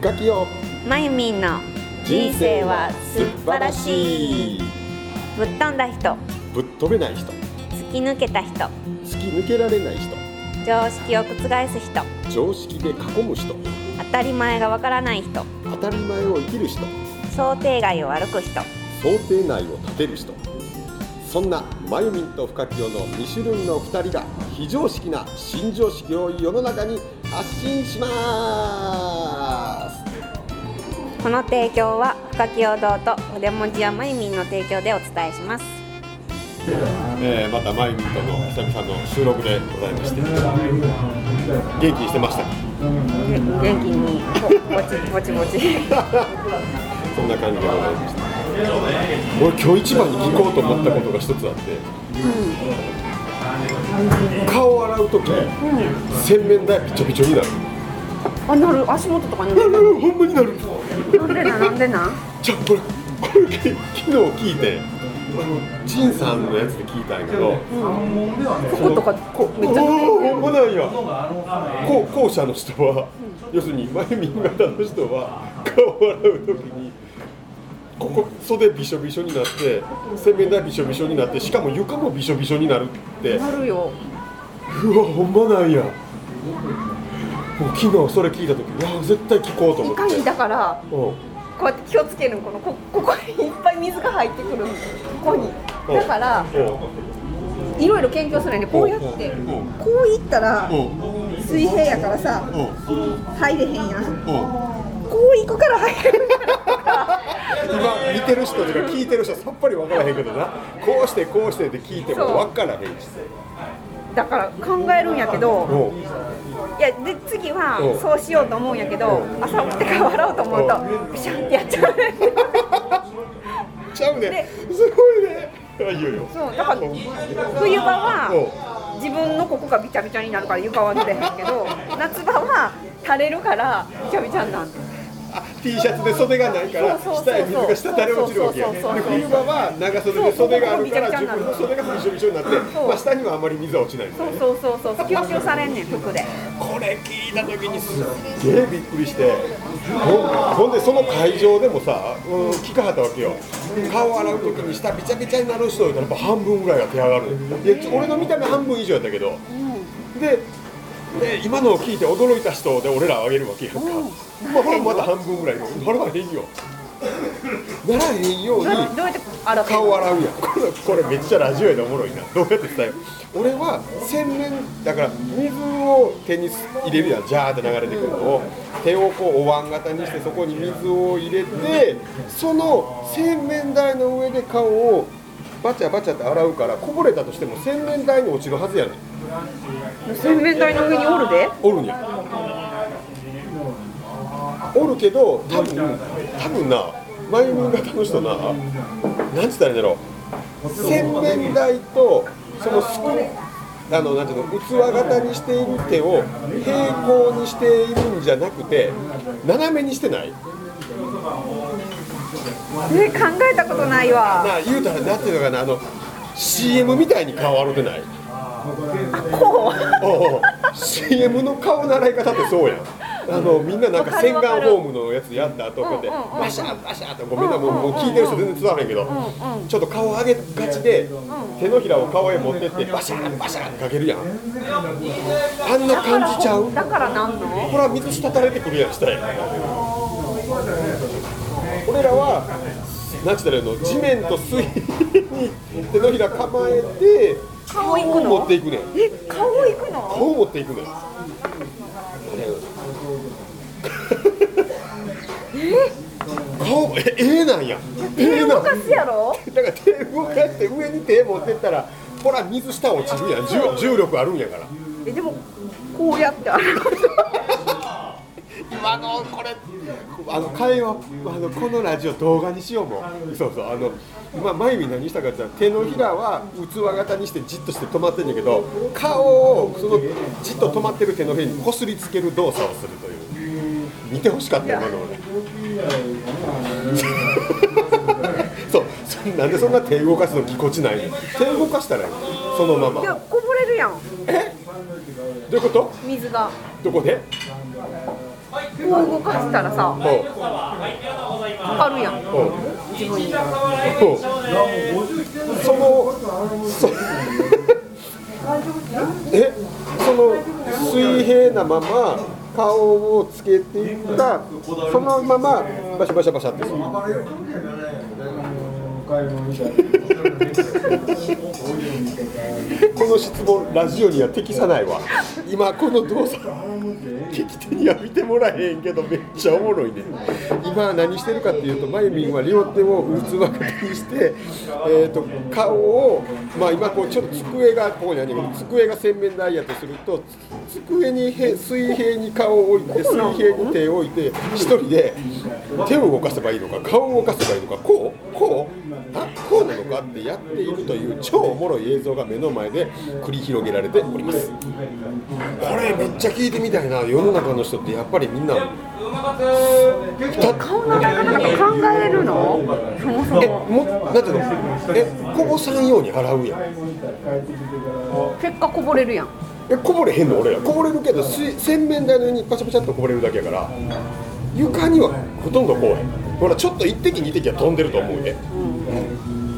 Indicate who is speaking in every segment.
Speaker 1: 深きよ
Speaker 2: まゆみんの人生は素晴らしいぶっ飛んだ人
Speaker 1: ぶっ飛べない人
Speaker 2: 突き抜けた人
Speaker 1: 突き抜けられない人
Speaker 2: 常識を覆す人
Speaker 1: 常識で囲む人
Speaker 2: 当たり前がわからない人
Speaker 1: 当たり前を生きる人
Speaker 2: 想定外を歩く人
Speaker 1: 想定内を立てる人そんなまゆみんと深きよの2種類の2人が非常識な新常識を世の中に発信します
Speaker 2: この提供は深木陽堂と筆文字やまゆみんの提供でお伝えします
Speaker 1: えー、またまゆみんとの久々の収録でございまして元気にしてました
Speaker 2: 元気にぼちぼちぼち
Speaker 1: そんな感じでございました俺今日一番に聞こうと思ったことが一つあって、顔を洗う時、洗面台びちょびちょになる
Speaker 2: あなる足元とかにな
Speaker 1: あらほんまになる
Speaker 2: ん でななんでな
Speaker 1: じゃあこれこれ昨日聞いて陳さんのやつで聞いたんやけど、
Speaker 2: 服とかこうめっちゃ
Speaker 1: おーほんまなんや後後者の人は、要するに前右型の人は顔を洗う時にここ袖びしょびしょになって洗面台びしょびしょになってしかも床もびしょびしょになるって
Speaker 2: なるよ
Speaker 1: うわほんまなんやもう昨日それ聞いた時いや絶対聞こうと思
Speaker 2: い
Speaker 1: って
Speaker 2: かにだから
Speaker 1: うん
Speaker 2: こうやって気をつけるんこのこここにいっぱい水が入ってくるんここにだからいろいろ研究するんでこうやって
Speaker 1: うん
Speaker 2: こういったら水平やからさ
Speaker 1: うん
Speaker 2: 入れへんやん
Speaker 1: うんうん
Speaker 2: こう行くから入れる
Speaker 1: 今見てる人とか聞いてる人さっぱり分からへんけどなこうしてこうしてって聞いても分からへんし
Speaker 2: だから考えるんやけど
Speaker 1: もう
Speaker 2: いやで次は
Speaker 1: うん
Speaker 2: そうしようと思うんやけど朝起きてから笑おうと思うとピシャンってやっちゃう
Speaker 1: ちゃうね
Speaker 2: です
Speaker 1: ごいねあいいよいいよ
Speaker 2: そうだから冬場は自分のここがびちゃびちゃになるから床は濡れへんけど夏場は垂れるからびちゃびちゃになる
Speaker 1: あ T シャツで袖がないから
Speaker 2: そうそうそう
Speaker 1: 下へ水が滴れ落ちるわけやで
Speaker 2: そうそうそうそう
Speaker 1: 冬場は長袖で袖があるから
Speaker 2: そう
Speaker 1: 自分の袖がびしょびしょになって、
Speaker 2: そう
Speaker 1: まあ、下にはあまり水は落ちないんだ
Speaker 2: そ
Speaker 1: よ
Speaker 2: う
Speaker 1: ね
Speaker 2: そうそうそう吸収されんねん服で
Speaker 1: これ聞いた時にすっげえびっくりしてほほんでその会場でもさ、うん、聞かはったわけよ顔洗う時に下びちゃびちゃになる人いたらやっぱ半分ぐらいが手上がるいやちょ俺の見た目半分以上やったけど、でで今のを聞いて驚いた人で俺らあげるわけやんか、まあ、ほらまだ半分ぐらいならへんよならへんように
Speaker 2: どうやって洗ってん
Speaker 1: 顔
Speaker 2: の
Speaker 1: 洗うやん これこれめっちゃラジオやでおもろいなどうやって伝えよう俺は洗面だから水を手に入れるやんジャーって流れてくるのを手をこうお椀型にしてそこに水を入れてその洗面台の上で顔をバチャバチャって洗うからこぼれたとしても洗面台に落ちるはずやねん
Speaker 2: 洗面台の上におるで
Speaker 1: おるんやおるけど多分多分なマイミン型の人な何つったらいいんだろう洗面台とそのすくあのなんていうの器型にしている手を平行にしているんじゃなくて斜めにしてない
Speaker 2: え考えたことないわ
Speaker 1: なあ言うたらなんていうのかなあの CM みたいに顔洗ってない
Speaker 2: あこう
Speaker 1: おうおう CM の顔習い方ってそうやんあのみんななんか洗顔フォームのやつやった後こうやってバシャーバシャーってごめんなもうもう聞いてる人全然伝わらへんけどちょっと顔上げがちで手のひらを顔へ持ってってバシャーバシャーってかけるやんあんな感じちゃう
Speaker 2: だからなんの
Speaker 1: ほら水滴れてくるやん下へ俺らはなんつったらいいの地面と水平に手のひら構えて
Speaker 2: 顔行くの
Speaker 1: 持っていくねん
Speaker 2: え顔行くの
Speaker 1: こう持っていくのよ。顔えええなんや。ええ
Speaker 2: 手
Speaker 1: な
Speaker 2: 動
Speaker 1: ん。
Speaker 2: かすやろ
Speaker 1: だから手動かして上に手持ってったら、ほら水下落ちるやん。重重力あるんやから。
Speaker 2: えでもこうやって洗う
Speaker 1: 今のこれあの会話あのこのラジオ動画にしようもうそうそうあのま眉毛何したかって言ったら手のひらは器型にしてじっとして止まってんだけど顔をそのじっと止まってる手のひらにこすりつける動作をするという見てほしかったよ今の俺そうそなんでそんな手動かすのぎこちないの手動かしたらいいそのまま
Speaker 2: いや
Speaker 1: ど
Speaker 2: こぼれるやん
Speaker 1: ういうこと
Speaker 2: 水が
Speaker 1: どこで
Speaker 2: こう動かしたらさ
Speaker 1: おう
Speaker 2: かかるやん
Speaker 1: おう
Speaker 2: 自分に
Speaker 1: おうそのそえその水平なまま顔をつけていったそのままバシャバシャバシャってするこの質問ラジオには適さないわ今この動作聞き手には見てもらえへんけどめっちゃおもろいね今何してるかっていうとまゆみんは両手を器型にして、えー、と顔を、まあ、今こうちょっと机がここにあるんやけど机が洗面台やとするとつ机にへ水平に顔を置いて水平に手を置いて一人で手を動かせばいいのか顔を動かせばいいのかこうこうあこうなのかってやっているという超おもろい映像が目の前で繰り広げられております。これめっちゃ聞いてみたいな世の中の人ってやっぱりみんな
Speaker 2: 顔の中のこと考えるのそもそ
Speaker 1: え
Speaker 2: も
Speaker 1: もなんていうのえこぼさんように払うやん
Speaker 2: 結果こぼれるやん
Speaker 1: えこぼれへんの俺らこぼれるけど水洗面台の上にパチャパチャっとこぼれるだけやから床にはほとんどこうへんほらちょっと一滴二滴は飛んでると思うね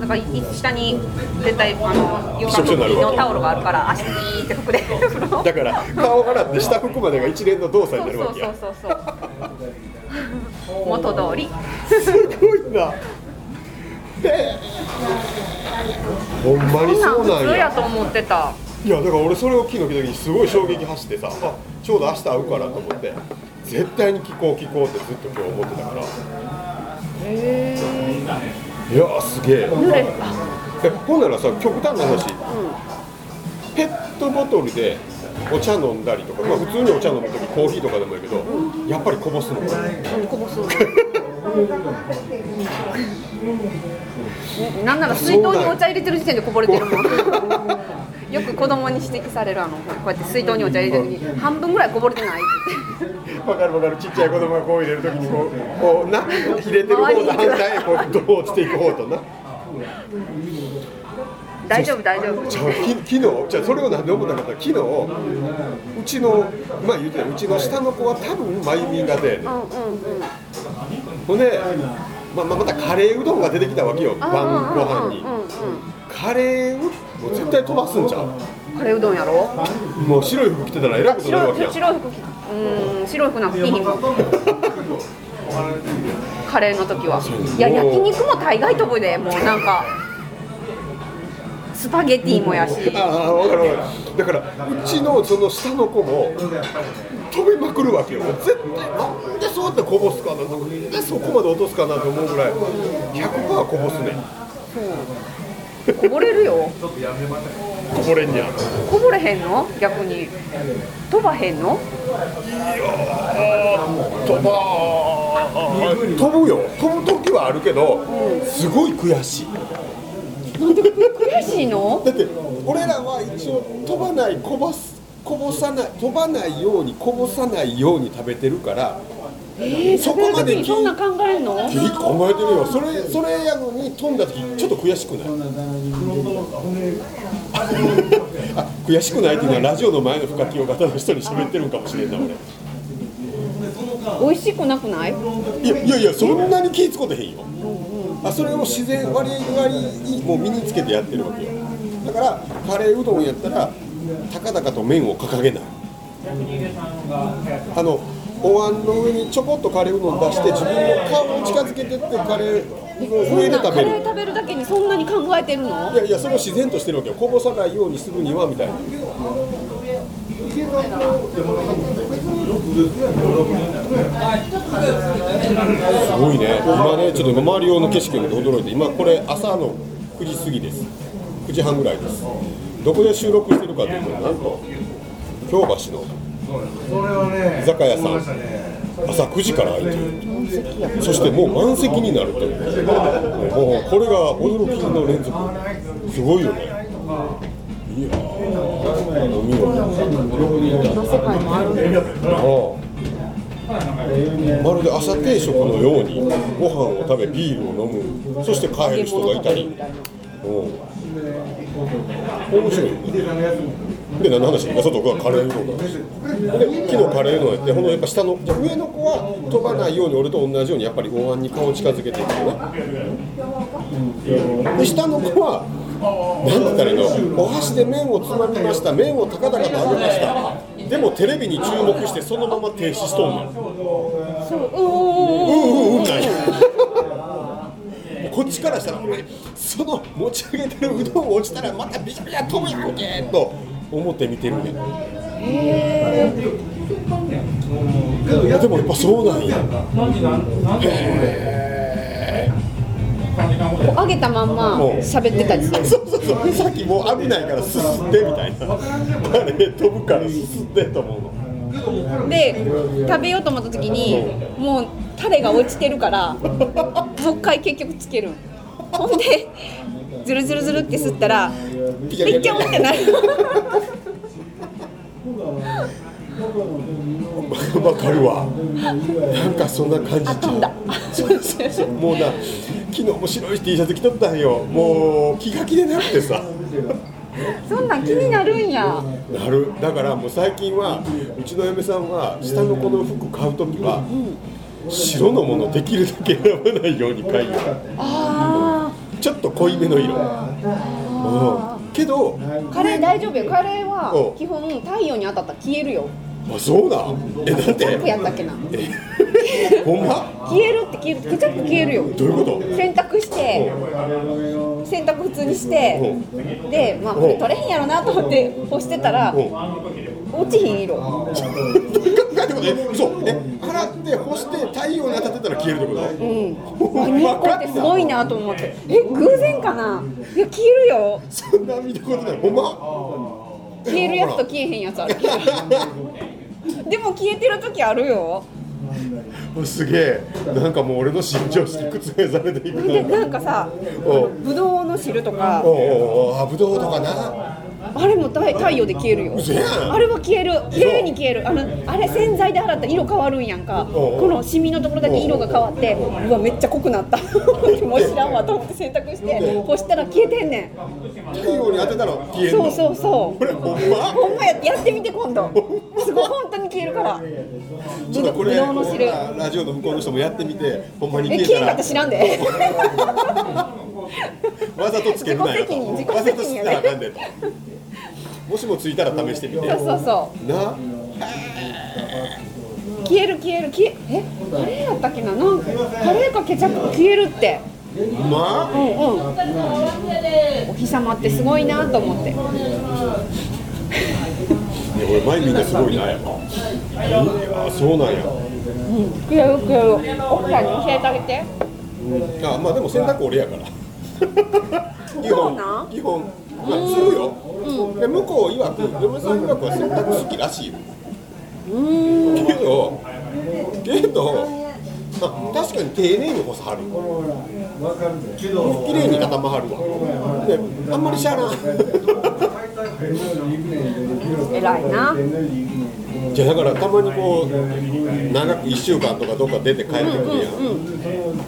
Speaker 2: だからい下に絶対あの床拭きのタオルがあるから足ピーって拭くで風呂
Speaker 1: だから顔洗って下拭くまでが一連の動作になるわけや
Speaker 2: そうそうそう そう元通り
Speaker 1: すごいなえーほんまにそうなん
Speaker 2: 普通
Speaker 1: や
Speaker 2: やと思ってた
Speaker 1: いやだから俺それを聞いた時にすごい衝撃走ってさあちょうど明日会うからと思って絶対に聞こう聞こうってずっと今日思ってたからいやーすげえ
Speaker 2: 濡れあ
Speaker 1: えほんならさ極端な話、ペットボトルでお茶飲んだりとか、まあ、普通にお茶飲む時コーヒーとかでもいいけどやっぱりこぼすのか
Speaker 2: こぼすんなんなら水筒にお茶入れてる時点でこぼれて るもんよく子供に指摘されるあのこうやって水筒にお茶入れてる時に半分ぐらいこぼれてないって
Speaker 1: わかるわかるちっちゃい子供がこう入れる時にこうこうな入れてる方と反対へこうどう落ちていく方とな
Speaker 2: 大丈夫大 丈夫
Speaker 1: じゃあき昨日じゃあそれを何で思ったかった昨日うちのまあ言うてたうちの下の子は多分まゆみんがで
Speaker 2: うんうんうん
Speaker 1: ほんで、まあ、まあまたカレーうどんが出てきたわけよ晩ご飯に
Speaker 2: うんうん
Speaker 1: カレーをもう絶対飛ばすんじゃん
Speaker 2: カレーうどんやろ
Speaker 1: もう白い服着てたらえらいことになるわ
Speaker 2: 白
Speaker 1: けや
Speaker 2: い
Speaker 1: ん
Speaker 2: 白い服着うん白い服なんか着ひんもんカレーの時はいや焼肉も大概飛ぶでもうなんかスパゲティもやし
Speaker 1: ああ分かる分かるだからうちのその下の子も飛びまくるわけよ絶対なんでそうやってこぼすかななんでそこまで落とすかなと思うぐらい100%こぼすね
Speaker 2: こぼれるよ
Speaker 1: こぼれんにゃん
Speaker 2: こぼれへんの逆に飛ばへんの
Speaker 1: 飛ば飛ぶよ飛ぶ時はあるけどすごい悔しい
Speaker 2: 悔しいの
Speaker 1: だって俺らは一応飛ばないこぼすこぼさない飛ばないようにこぼさないように食べてるから
Speaker 2: えー、
Speaker 1: そ
Speaker 2: そ
Speaker 1: こ
Speaker 2: こ
Speaker 1: ま
Speaker 2: ま
Speaker 1: で
Speaker 2: で
Speaker 1: 聞い
Speaker 2: にそんな考えんの
Speaker 1: え考えてるよそれそれやのに飛んだ時ちょっと悔しくないあ悔しくないっていうのはラジオの前の深きを方の人に喋ってるんかもしれんな俺
Speaker 2: 美味しくなくない
Speaker 1: いやいやいやそんなに気ぃつこてへんよあそれを自然割合にもう身につけてやってるわけよだからカレーうどんやったらたかだかと麺を掲げないあのお椀の上にちょこっとカレーうどん出して自分の顔を近づけてってカレーうどんを上で食
Speaker 2: そんなカ
Speaker 1: べる
Speaker 2: レー食べるだけにそんなに考えてるの
Speaker 1: いやいやそれを自然としてるわけよこぼさないようにするにはみたいなすごいね今ねちょっと周り用の景色を見て驚いて今これ朝の9時過ぎです9時半ぐらいですどこで収録してるかというとなんと京橋の居酒屋さん朝9時から開いているそしてもう満席になるというもうこれが驚きの連続すごいよねいやーお見事ああまるで朝定食のようにご飯を食べビールを飲むそして帰る人がいたりうん面白いで何の話今外がカレーうどんなんですよで木のカレーうどんやってほんのやっぱ下のじゃあ上の子は飛ばないように俺と同じようにやっぱりお椀に顔を近づけていくよねで下の子は何だったらいいのお箸で麺をつまみました麺を高々と揚げましたでもテレビに注目してそのまま停止しとんねん
Speaker 2: そううおーお
Speaker 1: うんうんう
Speaker 2: ーおー
Speaker 1: んなんやこっちからしたらお前その持ち上げてるうどん落ちたらまたビシャビシャ飛ぶやんけと思って見てるねでもやっぱそうなんや
Speaker 2: こう上げたまんま喋ってたりする
Speaker 1: そうそうそうさっきもう危ないからすすってみたいなあれ飛ぶからすすってと思うの
Speaker 2: で食べようと思った時にもうタレが落ちてるからもう一回結局つけるんほんでズルズルズルって吸ったら
Speaker 1: ビ
Speaker 2: めっちゃ重ってなる
Speaker 1: わかるわなんかそんな感じちゃうもうな昨日面白い T シャツ着とったんよもう気が気でなくてさ
Speaker 2: そんなん気になるんや
Speaker 1: なるだからもう最近はうちの嫁さんは下の子の服買う時は白のものできるだけ選ばないように買いよ
Speaker 2: あ
Speaker 1: ちょっと濃いめの色うんけど
Speaker 2: ーカレー大丈夫よカレー
Speaker 1: お
Speaker 2: は基本太陽に当たったら消えるよ
Speaker 1: あそうなんえだっ
Speaker 2: ケチャップ
Speaker 1: て
Speaker 2: やったっけな
Speaker 1: えほんま
Speaker 2: 消えるって消えるケチャップ消えるよ
Speaker 1: どういうこと
Speaker 2: 洗濯して洗濯普通にしてでまあこれ取れへんやろなと思って干してたら
Speaker 1: うん
Speaker 2: 落ちひん色
Speaker 1: なんてことえそうえ洗って干して太陽に当たってたら消えるってこと
Speaker 2: うん
Speaker 1: わ
Speaker 2: 何これってすごいなと思ってえ偶然かないや消えるよ
Speaker 1: そんな見たことないほんま
Speaker 2: 消えるやつと消えへんやつあるけどでも消えてる時あるよ
Speaker 1: すげえなんかもう俺の心情して覆されていく
Speaker 2: で
Speaker 1: なんか
Speaker 2: なんかさ
Speaker 1: おう
Speaker 2: ぶどうの汁とか
Speaker 1: おうおうおうあぶどうとかな
Speaker 2: あれも太太陽で消えるよ
Speaker 1: 嘘やん
Speaker 2: あれは消える綺麗に消えるあのあれ洗剤で洗ったら色変わるんやんか
Speaker 1: おうおう
Speaker 2: このシミのところだけ色が変わってうわめっちゃ濃くなった もう知らんわと思って洗濯して干したら消えてんねん
Speaker 1: 太陽に当てたら消える
Speaker 2: そう
Speaker 1: の
Speaker 2: そうそう
Speaker 1: これほんま
Speaker 2: ほんまややってみて今度すごい本当に消えるから
Speaker 1: ちょっとこれ
Speaker 2: ぶどうの汁
Speaker 1: ラジオの向こうの人もやってみてほんまに
Speaker 2: え
Speaker 1: 消
Speaker 2: 消
Speaker 1: え
Speaker 2: えん
Speaker 1: た
Speaker 2: からった知らんで
Speaker 1: わざとつけるなよと
Speaker 2: 自己責任
Speaker 1: わざ
Speaker 2: 自己
Speaker 1: とつ
Speaker 2: 責任
Speaker 1: けたらあ
Speaker 2: やね
Speaker 1: かんでともしもついたら試してみて
Speaker 2: そ
Speaker 1: な
Speaker 2: うそうそそう消える消える消ええカレーやったっけななんかカレーかケチャップ消えるって
Speaker 1: うま
Speaker 2: うんうんお日様ってすごいなと思って
Speaker 1: いやこれ前みんなすごいなやっぱあそうなんや
Speaker 2: いやよくやる奥さんに教えてあげて
Speaker 1: あまあでも洗濯俺やから 基
Speaker 2: そうな
Speaker 1: 本
Speaker 2: ん
Speaker 1: 基本まあするよ、で向こう曰く嫁さん曰くは洗濯好きらしいよけどけどまあ確かに丁寧に干さはる綺麗に固まはるわであんまりしゃあない
Speaker 2: 偉いな
Speaker 1: じゃあだからたまにこう長く1週間とかどっか出て帰ってくるやん、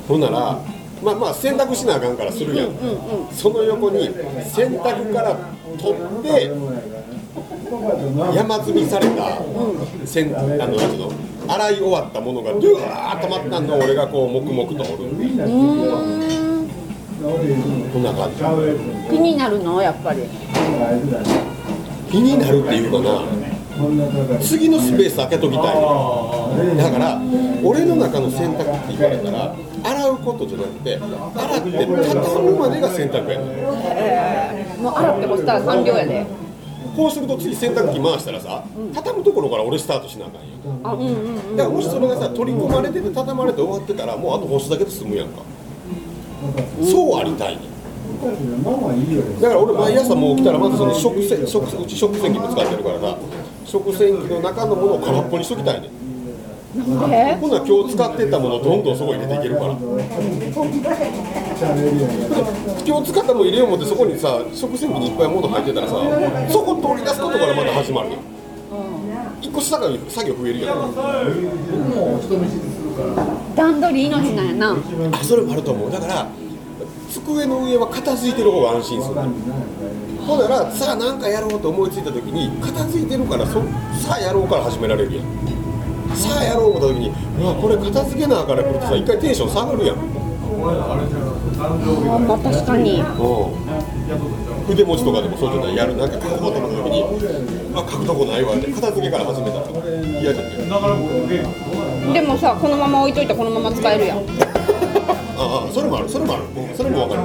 Speaker 1: ほんならまあまあ洗濯しなあかんからするやん,、その横に洗濯から取って山積みされた、せん、あのなんていうの洗い終わったものがドゥワーッとまったんのを俺がこう黙々とおるこんな感じ
Speaker 2: 気になるのやっぱり
Speaker 1: 気になるっていうかな次のスペース開けときたいのだから俺の中の洗濯って言われたら洗うことじゃなくて洗って畳むまでが洗濯やねん
Speaker 2: もう洗って干したら完了やで
Speaker 1: こうすると次洗濯機回したらさ畳むところから俺スタートしなあかんやん
Speaker 2: あうんうん
Speaker 1: だからもしそれがさ取り込まれてて畳まれて終わってたらもうあと干すだけで済むやんかそうありたいねんだから俺毎朝もう起きたらまずその食洗食洗うち食洗機も使ってるからさ食洗機の中のものを空っぽにしときたいねん
Speaker 2: なんで
Speaker 1: ほな今日使ってたものどんどんそこ入れていけるから今日使ったもの入れよう思ってそこにさ食洗機にいっぱい物入ってたらさそこ取り出すことからまた始まるよ一個下から作業増えるやん
Speaker 2: 段取り命なんやな
Speaker 1: あそれもあると思うだから机の上は片付いてる方が安心するほんならさあ何かやろうと思いついた時に片付いてるからそさあやろうから始められるやんさあやろう思った時にうわこれ片付けなあからくるとさ一回テンション下がるやん
Speaker 2: あまあ確かに
Speaker 1: 筆文字とかでもそうじゃないやるなんか書こうと思った時にあ書くとこないわって片付けから始めたら嫌じゃん
Speaker 2: でもさこのまま置いといたらこのまま使えるやん
Speaker 1: ああそれもあるそれもある、うんそれもわかる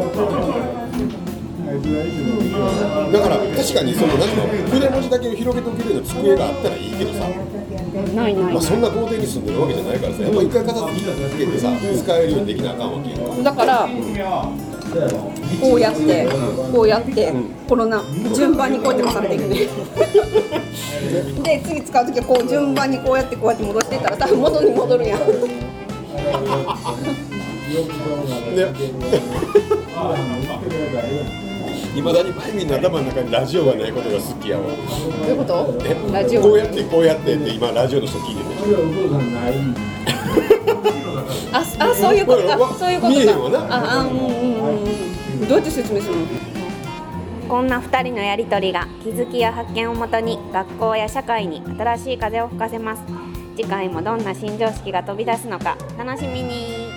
Speaker 1: だから確かにその何ていうの筆文字だけを広げておけるような机があったらいいけどさ、
Speaker 2: ないない
Speaker 1: まあ、そんな豪邸に住んでるわけじゃないからさやっぱ一回片付けてさ使えるようにできなあかんわけやんか
Speaker 2: だからこうやってこうやってこのな順番にこうやって重ねていくね で次使う時はこう順番にこうやってこうやって戻していったら多分元に戻るやん
Speaker 1: いまだに毎日の頭の中にラジオがないことが好きやわ
Speaker 2: どういうこと
Speaker 1: え
Speaker 2: ラジオ
Speaker 1: こうやってこうやってって今ラジオの人聞いてる
Speaker 2: ああそういうこと
Speaker 1: ほら
Speaker 2: かそういうことか
Speaker 1: 見えへんわな
Speaker 2: ああうんうんうんうんどうやって説明するの
Speaker 3: こんな2人のやり取りが気づきや発見をもとに学校や社会に新しい風を吹かせます次回もどんな新常識が飛び出すのか楽しみに